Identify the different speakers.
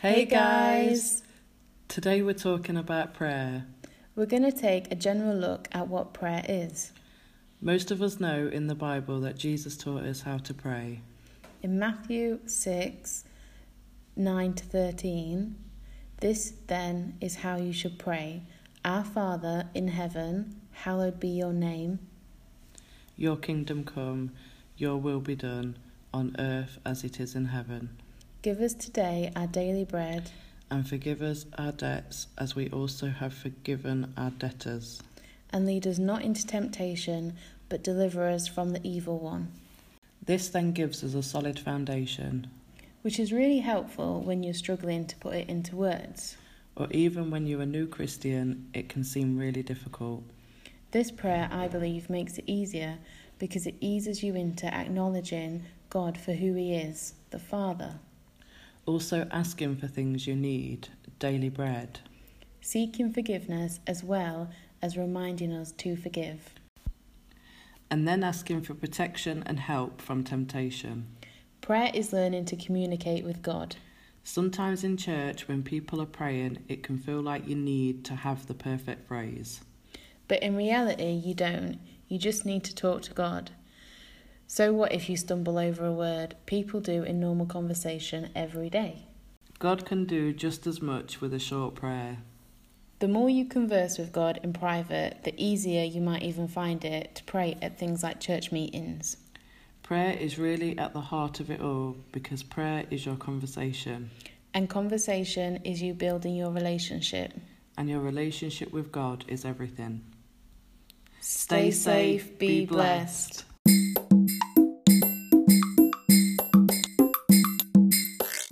Speaker 1: Hey guys! Today we're talking about prayer.
Speaker 2: We're going to take a general look at what prayer is.
Speaker 1: Most of us know in the Bible that Jesus taught us how to pray.
Speaker 2: In Matthew 6 9 to 13, this then is how you should pray Our Father in heaven, hallowed be your name.
Speaker 1: Your kingdom come, your will be done, on earth as it is in heaven.
Speaker 2: Give us today our daily bread,
Speaker 1: And forgive us our debts as we also have forgiven our debtors.
Speaker 2: and lead us not into temptation, but deliver us from the evil one.
Speaker 1: This then gives us a solid foundation,
Speaker 2: Which is really helpful when you're struggling to put it into words.
Speaker 1: or even when you're a new Christian, it can seem really difficult.
Speaker 2: This prayer, I believe, makes it easier because it eases you into acknowledging God for who He is, the Father.
Speaker 1: Also, asking for things you need, daily bread.
Speaker 2: seeking forgiveness as well as reminding us to forgive.
Speaker 1: and then asking for protection and help from temptation.
Speaker 2: Prayer is learning to communicate with God.
Speaker 1: Sometimes in church, when people are praying, it can feel like you need to have the perfect phrase.
Speaker 2: But in reality, you don't. You just need to talk to God. So, what if you stumble over a word people do in normal conversation every day?
Speaker 1: God can do just as much with a short prayer.
Speaker 2: The more you converse with God in private, the easier you might even find it to pray at things like church meetings.
Speaker 1: Prayer is really at the heart of it all because prayer is your conversation,
Speaker 2: And conversation is you building your relationship.
Speaker 1: and your relationship with God is everything.
Speaker 2: Stay safe, be blessed.